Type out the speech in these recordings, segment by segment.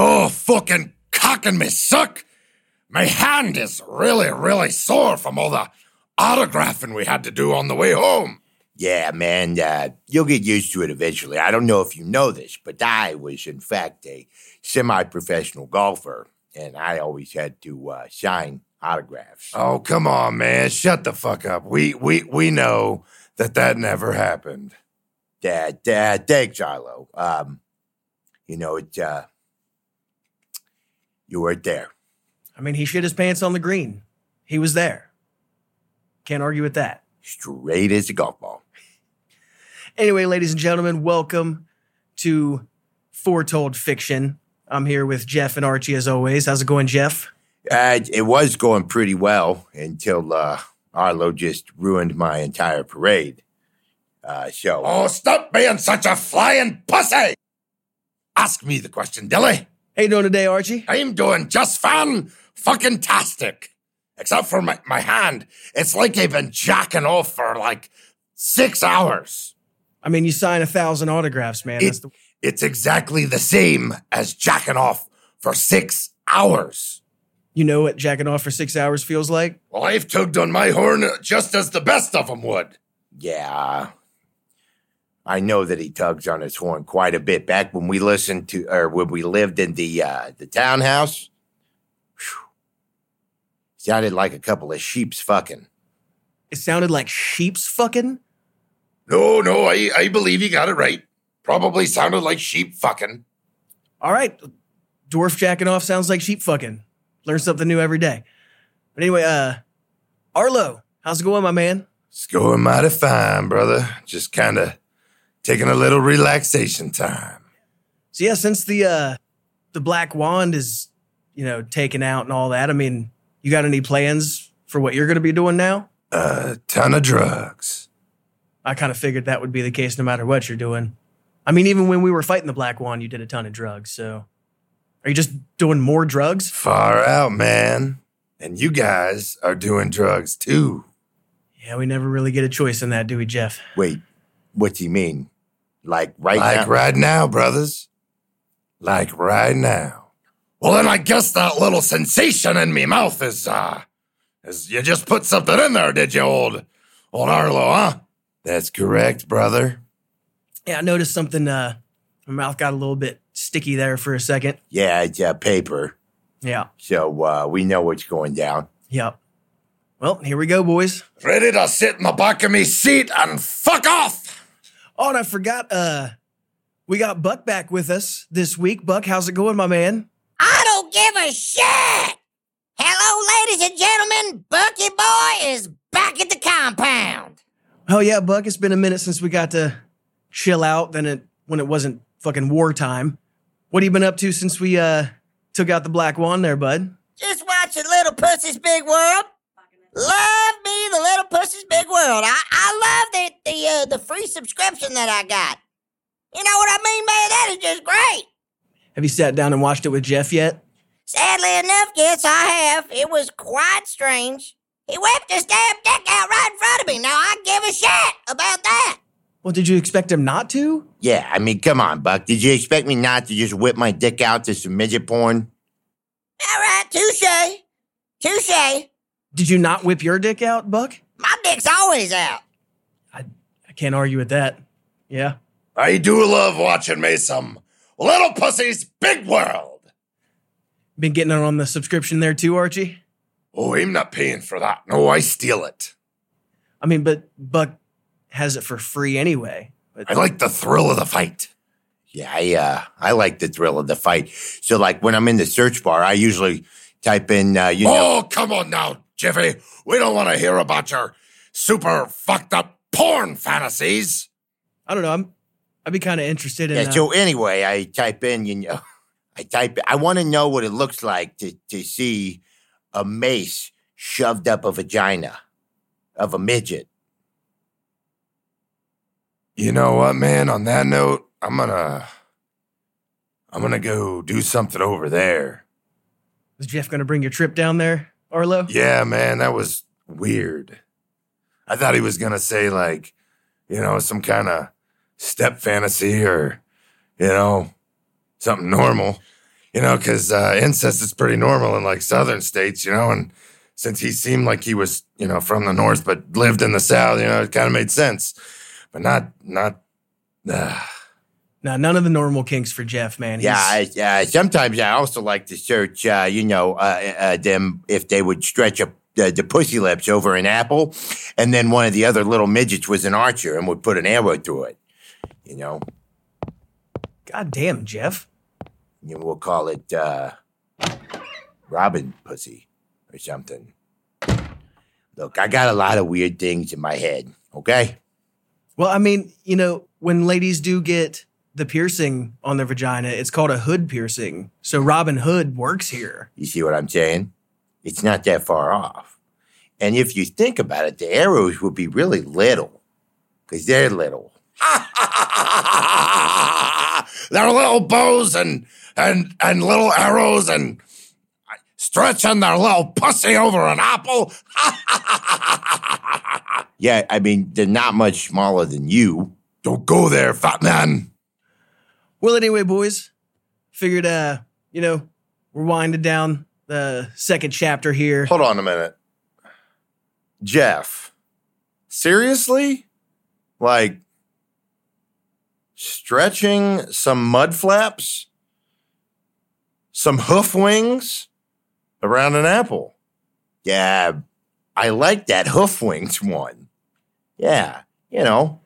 Oh, fucking cock and me suck. My hand is really, really sore from all the autographing we had to do on the way home. Yeah, man, uh, you'll get used to it eventually. I don't know if you know this, but I was, in fact, a semi professional golfer, and I always had to uh, sign autographs. Oh, come on, man. Shut the fuck up. We we we know that that never happened. Dad, Dad, thanks, Arlo. Um, you know, it, uh, you weren't there. I mean, he shit his pants on the green. He was there. Can't argue with that. Straight as a golf ball. Anyway, ladies and gentlemen, welcome to Foretold Fiction. I'm here with Jeff and Archie as always. How's it going, Jeff? Uh, it was going pretty well until uh, Arlo just ruined my entire parade. Uh, so, Oh, stop being such a flying pussy! Ask me the question, Dilly. How you doing today, Archie? I'm doing just fine, fucking tastic. Except for my, my hand. It's like I've been jacking off for like six hours. I mean, you sign a thousand autographs, man. That's It, the, it's exactly the same as jacking off for six hours. you know what jacking off for six hours feels like? Well, I've tugged on my horn just as the best of them would. yeah, I know that he tugs on his horn quite a bit. Back when we listened to, or when we lived in the uh, the townhouse, whew, sounded like a couple of sheep's fucking. It sounded like sheep's fucking. No, no, I, I believe you got it right. Probably sounded like sheep fucking. All right, dwarf jacking off sounds like sheep fucking. Learn something new every day. But anyway, uh, Arlo, how's it going, my man? It's going mighty fine, brother. Just kind of taking a little relaxation time. So yeah, since the uh, the black wand is you know taken out and all that, I mean, you got any plans for what you're going to be doing now? A ton of drugs. I kind of figured that would be the case no matter what you're doing. I mean, even when we were fighting the black wand, you did a ton of drugs. So are you just doing more drugs? Far out, man. And you guys are doing drugs too. Yeah, we never really get a choice in that, do we, Jeff? Wait, what's he mean? Like right Like now? right now, brothers. Like right now. Well, then I guess that little sensation in me mouth is, uh, is you just put something in there, did you, old, old Arlo, huh? That's correct, brother. Yeah, I noticed something. Uh, my mouth got a little bit sticky there for a second. Yeah, it's uh, paper. Yeah, So uh, we know what's going down. yeah. Well, here we go, boys. Ready to sit in the back of me seat and fuck off. Oh, and I forgot. Uh, we got Buck back with us this week. Buck, how's it going, my man? I don't give a shit. Hello, ladies and gentlemen. Bucky Boy is back at the compound. Oh yeah, Buck. It's been a minute since we got to chill out. Then it when it wasn't fucking wartime. What have you been up to since we uh took out the black wand there, bud? Just watching Little Pussy's Big World. Love me, the Little Pussy's Big World. I, I love the the uh, the free subscription that I got. You know what I mean, man? That is just great. Have you sat down and watched it with Jeff yet? Sadly enough, yes, I have. It was quite strange. He whipped his damn dick out right in front of me. Now I give a shit about that. Well, did you expect him not to? Yeah, I mean, come on, Buck. Did you expect me not to just whip my dick out to some midget porn? All right, touche, touche. Did you not whip your dick out, Buck? My dick's always out. I can't argue with that. Yeah. I do love watching me some Little Pussy's Big World. Been getting it on the subscription there too, Archie. Oh, I'm not paying for that. No, I steal it. I mean, but Buck has it for free anyway. But I like the thrill of the fight. Yeah, I uh, I like the thrill of the fight. So, like when I'm in the search bar, I usually type in, uh, you know, Oh, come on now, Jiffy. We don't want to hear about your super fucked up porn fantasies. I don't know. I'm I'd be kind of interested in. yeah. uh, So anyway, I type in, you know, I type. I want to know what it looks like to to see a mace shoved up a vagina of a midget. You know what, man? On that note, I'm gonna. I'm gonna go do something over there. is Jeff going to bring your trip down there, Arlo? Yeah, man, that was weird. I thought he was gonna say, like, you know, some kind of step fantasy or, you know, something normal. you know, because uh, incest is pretty normal in like southern states, you know, and since he seemed like he was, you know, from the north but lived in the south, you know, it kind of made sense, but not not. Uh, Now, none of the normal kinks for Jeff, man. Yeah, He's- I, uh, sometimes I also like to search, uh, you know, uh, uh, them if they would stretch up the, the pussy lips over an apple, and then one of the other little midgets was an archer and would put an arrow through it. You know, God damn, Jeff. and we'll call it uh, Robin Pussy or something. Look, I got a lot of weird things in my head. Okay, Well, I mean, you know, when ladies do get the piercing on their vagina, it's called a hood piercing. So Robin Hood works here. you see what I'm saying? It's not that far off. And if you think about it, the arrows would be really little because they're little. their little bows and and and little arrows and stretching their little pussy over an apple. Yeah, I mean, they're not much smaller than you. Don't go there, fat man. Well, anyway, boys, figured, uh, you know, we're winding down the second chapter here. Hold on a minute, Jeff. Seriously, like stretching some mud flaps, some hoof wings around an apple. Yeah, I like that hoof wings one. Yeah, you know,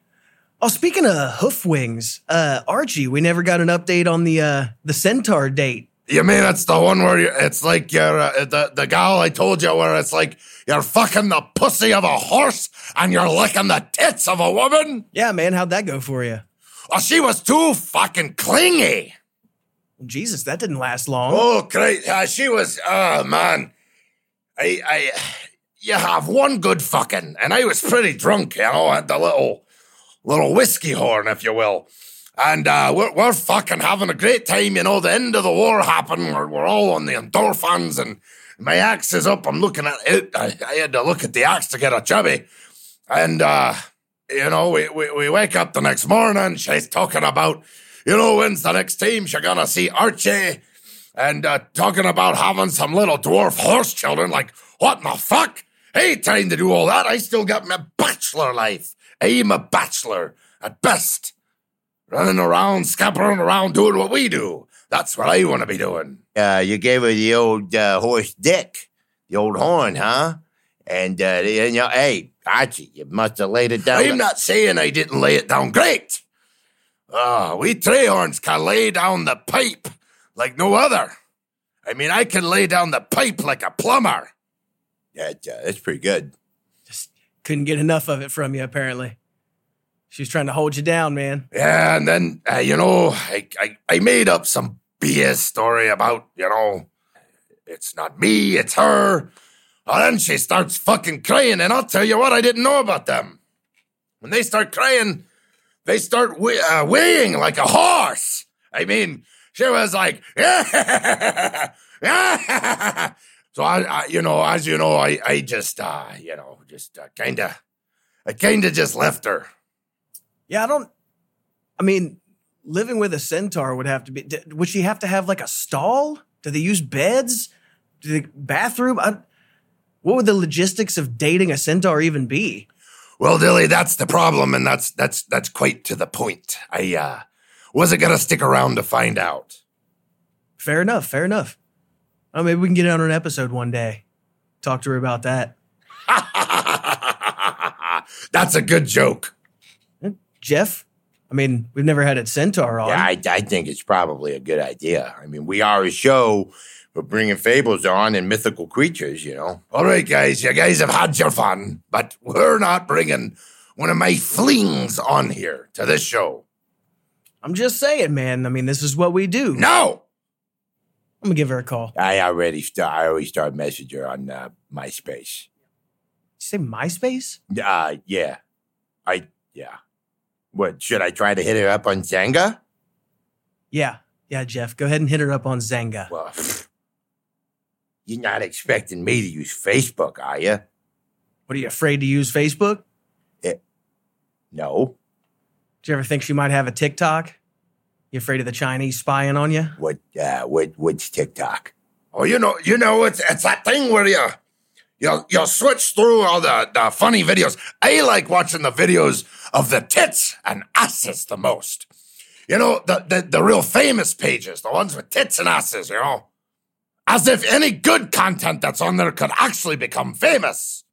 Oh, speaking of hoof wings, uh, Archie, we never got an update on the uh, the centaur date. You mean it's the one where you, it's like you're uh, the the gal I told you where it's like you're fucking the pussy of a horse and you're licking the tits of a woman? Yeah, man, how'd that go for you? Oh, she was too fucking clingy. Jesus, that didn't last long. Oh, great. Uh, she was. Oh man, I I you have one good fucking, and I was pretty drunk. You know, I had the little little whiskey horn, if you will. And uh, we're, we're fucking having a great time. You know, the end of the war happened. We're, we're all on the endorphins, and my axe is up. I'm looking at it. I, I had to look at the axe to get a chubby. And, uh, you know, we, we, we wake up the next morning. She's talking about, you know, when's the next team she's going to see Archie? And uh, talking about having some little dwarf horse children. Like, what in the fuck? Ain't time to do all that. I still got my bachelor life. I'm a bachelor at best running around, scampering around, doing what we do. That's what I want to be doing. uh, you gave her the old uh, horse dick, the old horn, huh? And, uh, you know, hey, Archie, you must have laid it down. I'm not saying I didn't lay it down great. Ah, we Trehorns can lay down the pipe like no other. I mean, I can lay down the pipe like a plumber. That, uh, that's pretty good. Couldn't get enough of it from you, apparently. She was trying to hold you down, man. Yeah, and then, uh, you know, I, I, I made up some BS story about, you know, it's not me, it's her. And then she starts fucking crying, and I'll tell you what, I didn't know about them. When they start crying, they start whi- uh, weighing like a horse. I mean, she was like, so I, I, you know, as you know, I, I just, uh, you know, just uh, kind of, I kind of just left her. Yeah, I don't. I mean, living with a centaur would have to be. d- Would she have to have like a stall? Do they use beds? Do they bathroom? I, what would the logistics of dating a centaur even be? Well, Dilly, that's the problem, and that's that's that's quite to the point. I uh, wasn't gonna stick around to find out. Fair enough. Fair enough. Oh, maybe we can get on an episode one day. Talk to her about that. that's a good joke. Jeff, I mean, we've never had a centaur on. Yeah, I, I think it's probably a good idea. I mean, we are a show. We're bringing fables on and mythical creatures, you know. All right, guys, you guys have had your fun, but we're not bringing one of my flings on here to this show. I'm just saying, man. I mean, this is what we do. No, I'm gonna give her a call. I already start. I always start messenger on uh, MySpace. Did you say MySpace? Uh, yeah, I yeah. What should I try to hit her up on Zanga? Yeah. Yeah, Jeff. Go ahead and hit her up on Zanga. Well, pfft. you're not expecting me to use Facebook, are you? What are you afraid to use Facebook? No. Do you ever think she might have a TikTok? You afraid of the Chinese spying on you? What? Uh, what? What's TikTok? Oh, you know, you know, it's it's that thing where you you you switch through all the, the funny videos. I like watching the videos of the tits and asses the most. You know, the the, the real famous pages, the ones with tits and asses. You know, as if any good content that's on there could actually become famous.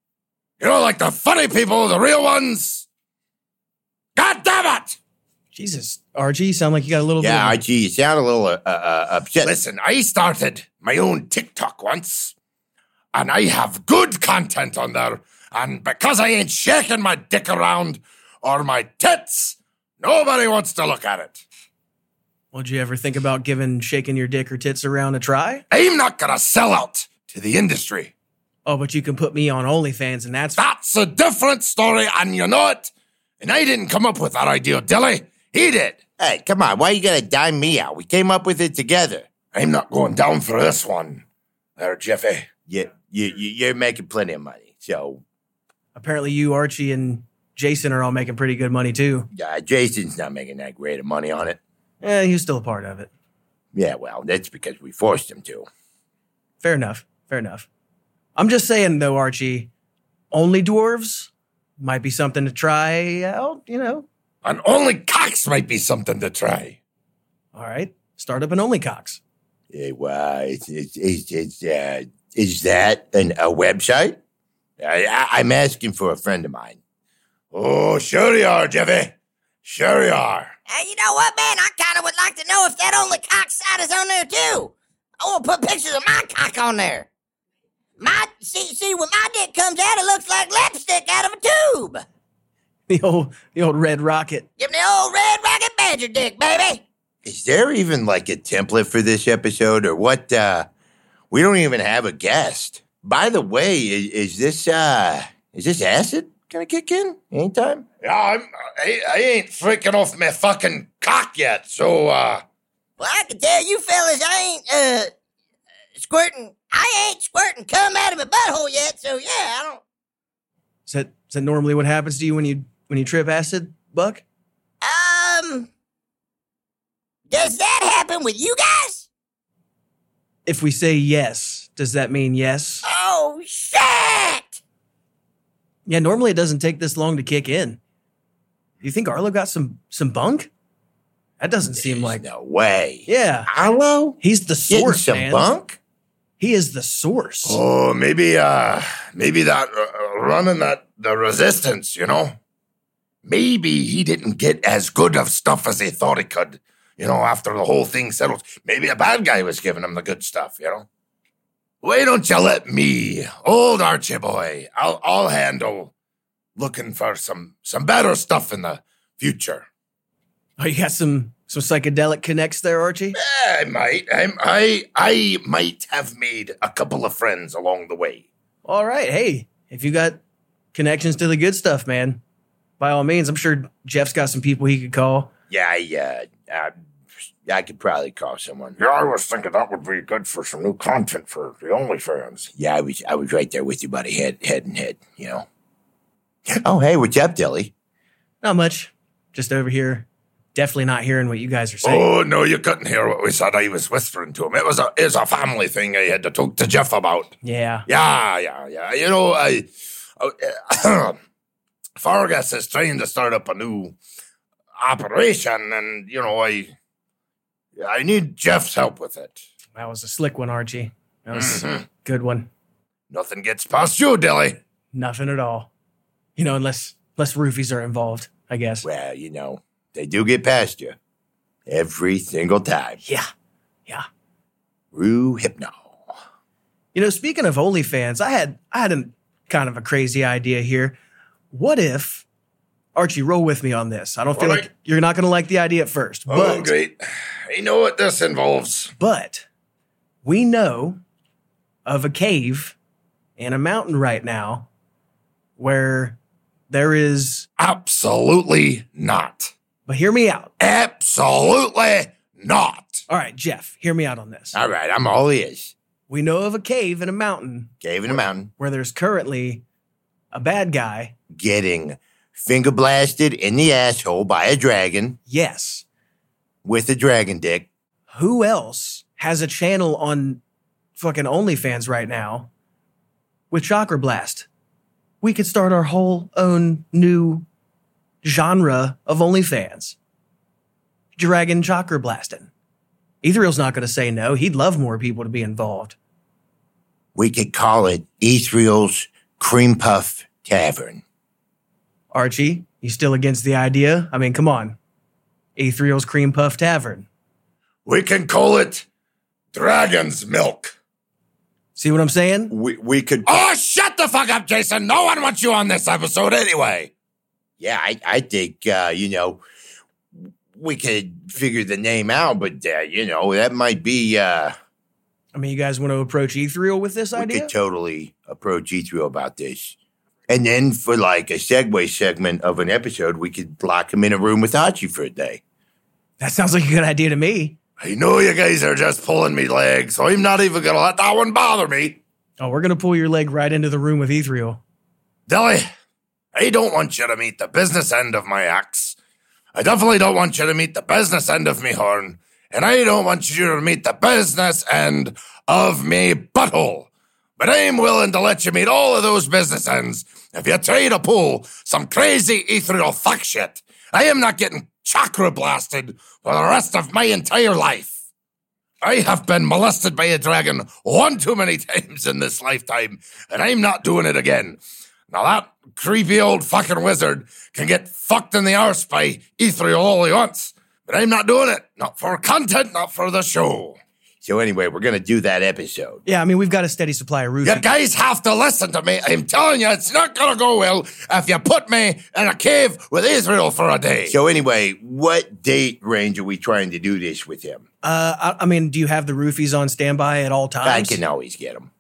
You know, like the funny people, the real ones. God damn it! Jesus, RG, you sound like you got a little bit. Ah, Yeah, of- IG, you sound a little uh, uh, upset. Listen, I started my own TikTok once, and I have good content on there. And because I ain't shaking my dick around or my tits, nobody wants to look at it. Would you ever think about giving shaking your dick or tits around a try? I'm not gonna sell out to the industry. Oh, but you can put me on OnlyFans, and that's That's a different story, and you know it. And I didn't come up with that idea, Dilly. He did. Hey, come on. Why you gotta dime me out? We came up with it together. I'm not going down for this one. There, Jiffy. You, you, you you're making plenty of money. So apparently you, Archie, and Jason are all making pretty good money too. uh, Jason's not making that great of money on it. Eh, he was still a part of it. Yeah, well, that's because we forced him to. Fair enough. Fair enough. I'm just saying though, Archie, only dwarves might be something to try out. You know. And only cocks might be something to try. All right, start up an OnlyCox. It, well, it's it's it's, it's uh, is that an, a website? I, I, I'm asking for a friend of mine. Oh, sure you are, Jiffy. Sure you are. Hey, you know what, man? I kind of would like to know if that only cock side is on there too. I want to put pictures of my cock on there. My see, see, when my dick comes out, it looks like lipstick out of a tube. The old, the old red rocket. Give me the old red rocket badger dick, baby. Is there even like a template for this episode or what? Uh, we don't even have a guest. By the way, is, is this uh, is this acid gonna kick in anytime? Yeah, I'm, I, I ain't freaking off my fucking cock yet, so, uh, Well, I can tell you fellas, I ain't uh squirting. I ain't squirting cum out of my butthole yet. So yeah, I don't. Is that, is that normally what happens to you when you when you trip acid, Buck? Um, does that happen with you guys? If we say yes, does that mean yes? Oh shit! Yeah, normally it doesn't take this long to kick in. You think Arlo got some some bunk? That doesn't seem like. No way. Yeah, Hello? he's the Getting source, some man. bunk? He is the source. oh, maybe, uh, maybe that uh, running that, the resistance, you know? Maybe he didn't get as good of stuff as he thought he could, you know, after the whole thing settled. Maybe a bad guy was giving him the good stuff, you know? Why don't you let me, Oh, old Archie boy, I'll, I'll handle looking for some, some better stuff in the future. Oh, you got some some psychedelic connects there, Archie. I might. I'm, I I might have made a couple of friends along the way. All right, hey, if you got connections to the good stuff, man, by all means, I'm sure Jeff's got some people he could call. Yeah, I, uh, I, I could probably call someone. Yeah, I was thinking that would be good for some new content for the OnlyFans. Yeah, I was I was right there with you, buddy, head head and head, you know. Oh, hey, what's up, Dilly? Not much, just over here, definitely not hearing what you guys are saying. Oh no, you couldn't hear what we said. I was whispering to him. It was a it's a family thing. I had to talk to Jeff about. Yeah, Yeah, yeah, yeah. You know, I, I Fargus is trying to start up a new operation, and you know, I I need Jeff's help with it. that was a slick one, Archie. That was Mhm. a good one. Nothing gets past you, Dilly. Nothing at all. You know, unless unless roofies are involved, I guess. Well, you know, they do get past you every single time. Yeah. Rue Hypno. You know, speaking of OnlyFans, I had I had a kind of a crazy idea here. What if Archie, roll with me on this? I don't feel All like right. you're not going to like the idea at first, Oh, but great. I know what this involves. but we know of a cave in a mountain right now where there is. Absolutely not. But hear me out. Absolutely not. All right, Jeff, hear me out on this. All right, I'm all ears. We know of a cave in a mountain Cave in the mountain, where there's currently a bad guy. getting finger blasted in the asshole by a dragon. Yes, with a dragon dick. Who else has a channel on fucking OnlyFans right now with Chakra Blast? We could start our whole own new genre of OnlyFans. Dragon Chakra Blasting. Ethereal's not going to say no. He'd love more people to be involved. We could call it Ethereal's Cream Puff Tavern. Archie, you still against the idea? I mean, come on. Ethereal's Cream Puff Tavern. We can call it Dragon's Milk. See what I'm saying? We we could Oh, shut the fuck up, Jason. No one wants you on this episode anyway. Yeah, I, I think, uh, you know, we could figure the name out, but, uh, you know, that might be, uh, I mean, you guys want to approach Ethereal with this we idea? could totally approach Ethereal about this. And then for like a segue segment of an episode, we could lock him in a room with Hachi for a day. that sounds like a good idea to me. I know you guys are just pulling me legs, so I'm not even gonna let that one bother me. Oh, we're going to pull your leg right into the room with Ethereal. Dilly, I don't want you to meet the business end of my axe. I definitely don't want you to meet the business end of me horn, and I don't want you to meet the business end of me butthole. But I'm willing to let you meet all of those business ends if you try to pull some crazy ethereal fuck shit. I am not getting chakra blasted for the rest of my entire life. I have been molested by a dragon one too many times in this lifetime, and I'm not doing it again. Now that creepy old fucking wizard can get fucked in the arse by Ethereal all he wants, but I'm not doing it. Not for content, not for the show. So anyway, we're gonna do that episode. Yeah, I mean, we've got a steady supply of You roofing. guys have to listen to me. I'm telling you, it's not gonna go well if you put me in a cave with Israel for a day. So anyway, what date range are we trying to do this with him? Uh, I, I mean, do you have the roofies on standby at all I times? can always get him.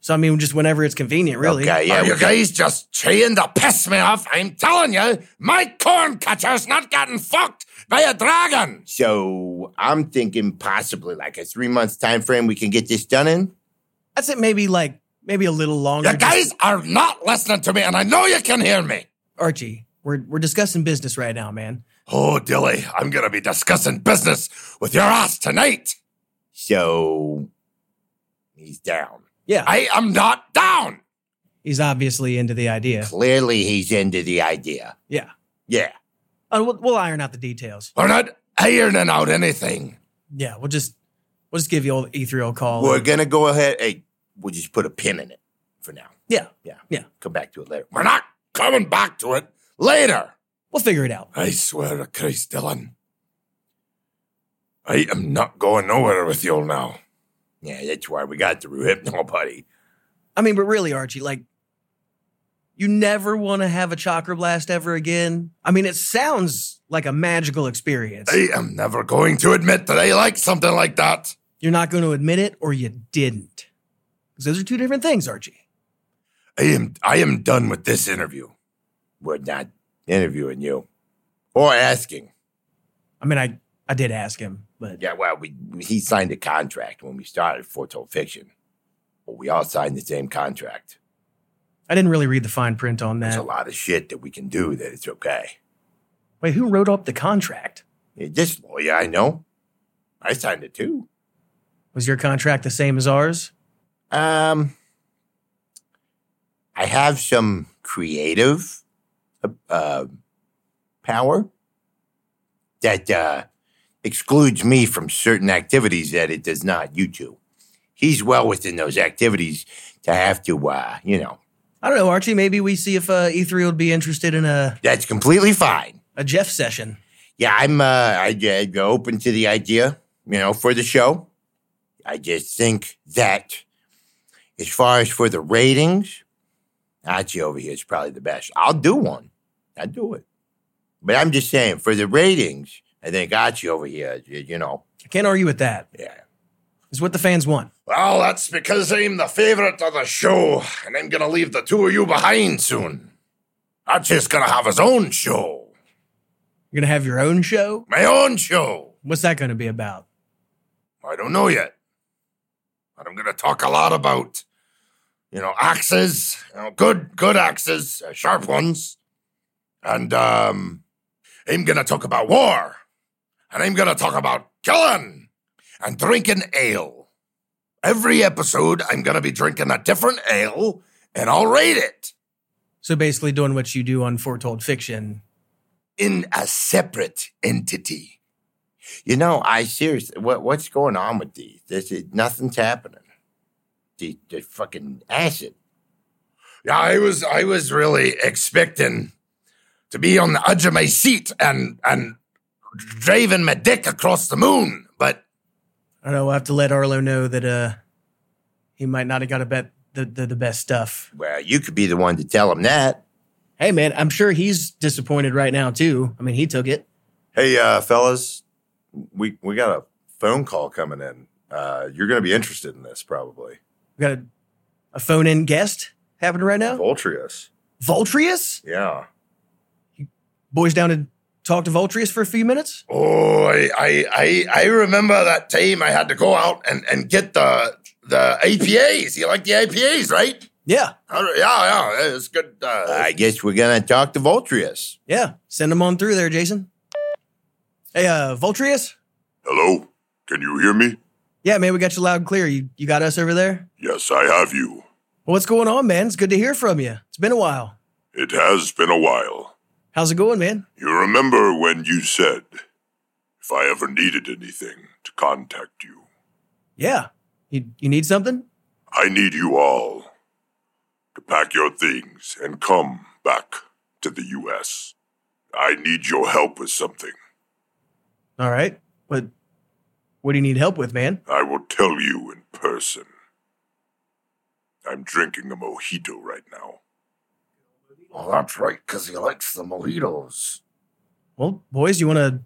So, I mean, just whenever it's convenient, really. Okay, yeah. Are you we got- guys just trying to piss me off? I'm telling you, my corn catcher's not getting fucked by a dragon. So I'm thinking possibly like a three months time frame we can get this done in. That's it, maybe like, maybe a little longer. You just- guys are not listening to me, and I know you can hear me. Archie, we're, we're discussing business right now, man. Oh, Dilly, I'm going to be discussing business with your ass tonight. So he's down. Yeah, I am not down. he's obviously into the idea. Clearly he's into the idea. Yeah. Yeah. Uh, we'll, we'll iron out the details. We're not ironing out anything. Yeah, we'll just we'll just give you old Ethereal a call. We're gonna go ahead. Hey, we'll just put a pin in it for now. yeah, Yeah. Yeah. Come back to it later. We're not coming back to it later. we'll figure it out. I swear to Christ, Dylan. I am not going nowhere with you now. Yeah, that's why we got through hypno buddy. I mean, but really, Archie, like, you never want to have a chakra blast ever again. I mean, it sounds like a magical experience. I am never going to admit that I like something like that. You're not going to admit it, or you didn't, because those are two different things, Archie. I am I am done with this interview. We're not interviewing you or asking. I mean, I I did ask him, but Yeah, well, we he signed a contract when we started Foretold Fiction. Well, we all signed the same contract. I didn't really read the fine print on There's a that. lot of shit that we can do that it's okay. Wait, who wrote up the contract? Yeah, This lawyer I know, I signed it too. Was your contract the same as ours? Um, I have some creative uh, power that uh, excludes me from certain activities that it does not you two. He's well within those activities to have to, uh, you know, I don't know, Archie. Maybe we see if uh, E3 would be interested in a, that's completely fine. a Jeff session. Yeah, I'm uh, I, I open to the idea, you know, for the show. I just think that as far as for the ratings, Archie over here is probably the best. I'll do one. I'll do it. But I'm just saying, for the ratings, I think Archie over here, y- you know, I can't argue with that. yeah. It's what the fans want. Well, that's because I'm the favorite of the show, and I'm gonna leave the two of you behind soon. Archie's gonna have his own show. You're gonna have your own show. My own show. What's that gonna be about? I don't know yet. But I'm gonna talk a lot about, you know, axes, you know, good good axes, uh, sharp ones. And um I'm gonna talk about war. and I'm gonna talk about killing and drinking ale. Every episode, I'm gonna be drinking a different ale, and I'll rate it So basically, doing what you do on Foretold Fiction. in a separate entity. You know, I seriously, what what's going on with these? This is nothing's happening. The, the fucking acid. Yeah, I was I was really expecting to be on the edge of my seat and and driving my dick across the moon, but I don't know. We'll have to let Arlo know that uh, he might not have got a bet the, the the best stuff. Well, you could be the one to tell him that. Hey, man, I'm sure he's disappointed right now too. I mean, he took it. Hey, uh, fellas, we we got a phone call coming in. Uh, you're going to be interested in this, probably. We got a, a phone in guest happening right now. Voltreus. Voltrius, Yeah. boys down to talk to Voltrius for a few minutes. oh, I I I, I remember that time I had to go out and, and get the the APAs. You like the APAs, right? Yeah, All right, Yeah, yeah, it's good. Uh, I guess we're gonna talk to Voltrius. yeah. Send him on through there, Jason. Hey, uh, Voltrius. Hello? Can you hear me? Yeah, man, we got you loud and clear. You you got us over there. Yes, I have you. Well, what's going on, man? It's good to hear from you. It's been a while. It has been a while. How's it going, man? You remember when you said, if I ever needed anything, to contact you. Yeah. You you need something? I need you all to pack your things and come back to the U.S. I need your help with something. All right. But what do you need help with, man? I will tell you in person. I'm drinking a mojito right now. oh, that's right, because he likes the mojitos. Well, boys, you want to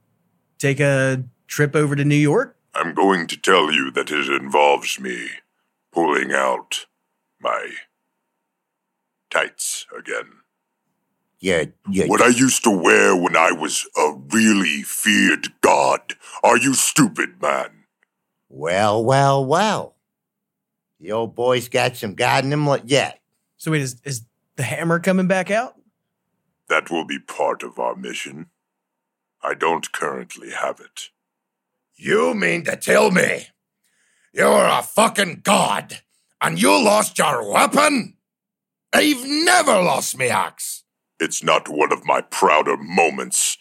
take a trip over to New York? I'm going to tell you that it involves me pulling out my tights again. Yeah, yeah. What I used to wear when I was a really feared god. Are you stupid, man? Well, well, well. The old boy's got some god in him. Like, yeah, So wait, is is the hammer coming back out? That will be part of our mission. I don't currently have it. You mean to tell me you're a fucking god and you lost your weapon? I've never lost me axe. It's not one of my prouder moments.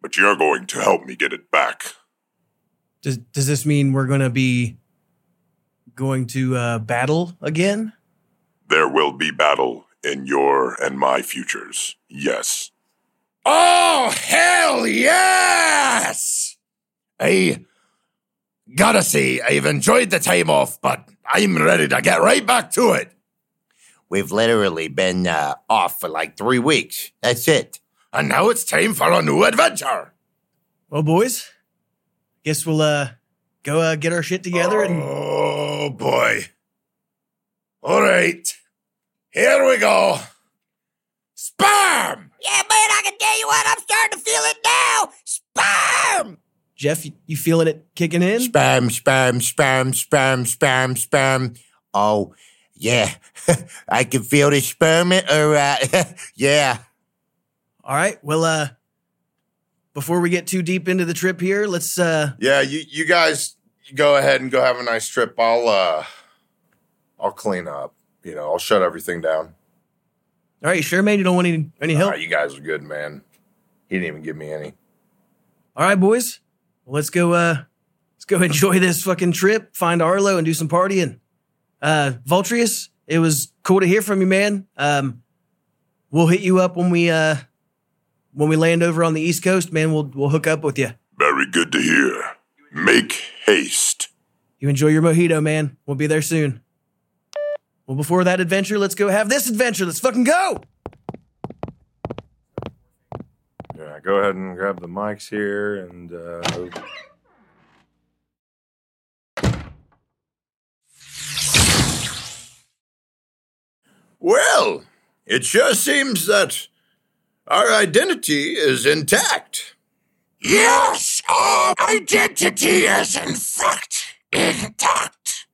But you're going to help me get it back. Does does this mean we're going to be going to uh, battle again? There will be battle in your and my futures. Yes. Oh, hell yes! I gotta say, I've enjoyed the time off, but I'm ready to get right back to it. we've literally been uh, off for like three weeks. That's it. And now it's time for a new adventure. Well, boys, guess we'll uh go uh, get our shit together and Oh, boy. All right. Here we go. Sperm! Yeah, man, I can tell you what, I'm starting to feel it now. Sperm! Jeff, you, you feeling it kicking in? Spam, spam, spam, spam, spam, spam. Oh, yeah. I can feel the sperm. in- All right. yeah. All right. Well, uh before we get too deep into the trip here, let's uh Yeah, you, you guys go ahead and go have a nice trip. I'll uh I'll clean up. You know, I'll shut everything down. All right, you sure, man. You don't want any any help? Nah, you guys are good, man. He didn't even give me any. All right, boys. Well, let's go. Uh, let's go enjoy this fucking trip. Find Arlo and do some partying. Uh, Voltrius, it was cool to hear from you, man. Um, we'll hit you up when we uh when we land over on the East Coast, man. We'll we'll hook up with you. Very good to hear. Make haste. You enjoy your mojito, man. We'll be there soon. Well, before that adventure, let's go have this adventure. Let's fucking go. Yeah, go ahead and grab the mics here and uh Well, it sure seems that our identity is intact. Yes, our identity is in fact intact.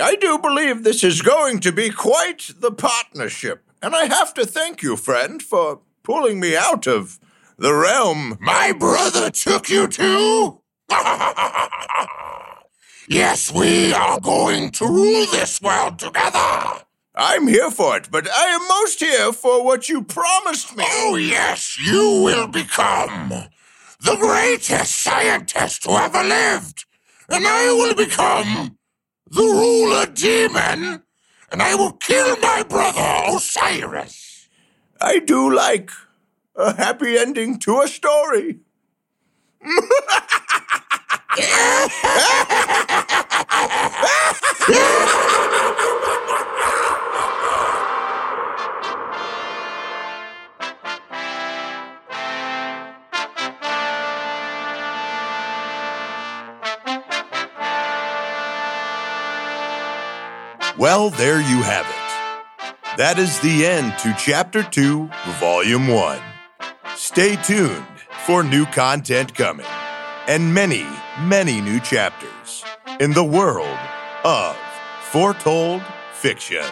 I do believe this is going to be quite the partnership, and I have to thank you, friend, for pulling me out of the realm. My brother took you to? yes, we are going to rule this world together. I'm here for it, but I am most here for what you promised me. Oh, yes, you will become the greatest scientist who ever lived. And I will become the ruler demon. And I will kill my brother, Osiris. I do like a happy ending to a story. Well, there you have it. That is the end to Chapter 2, Volume 1. Stay tuned for new content coming and many, many new chapters in the world of foretold fiction.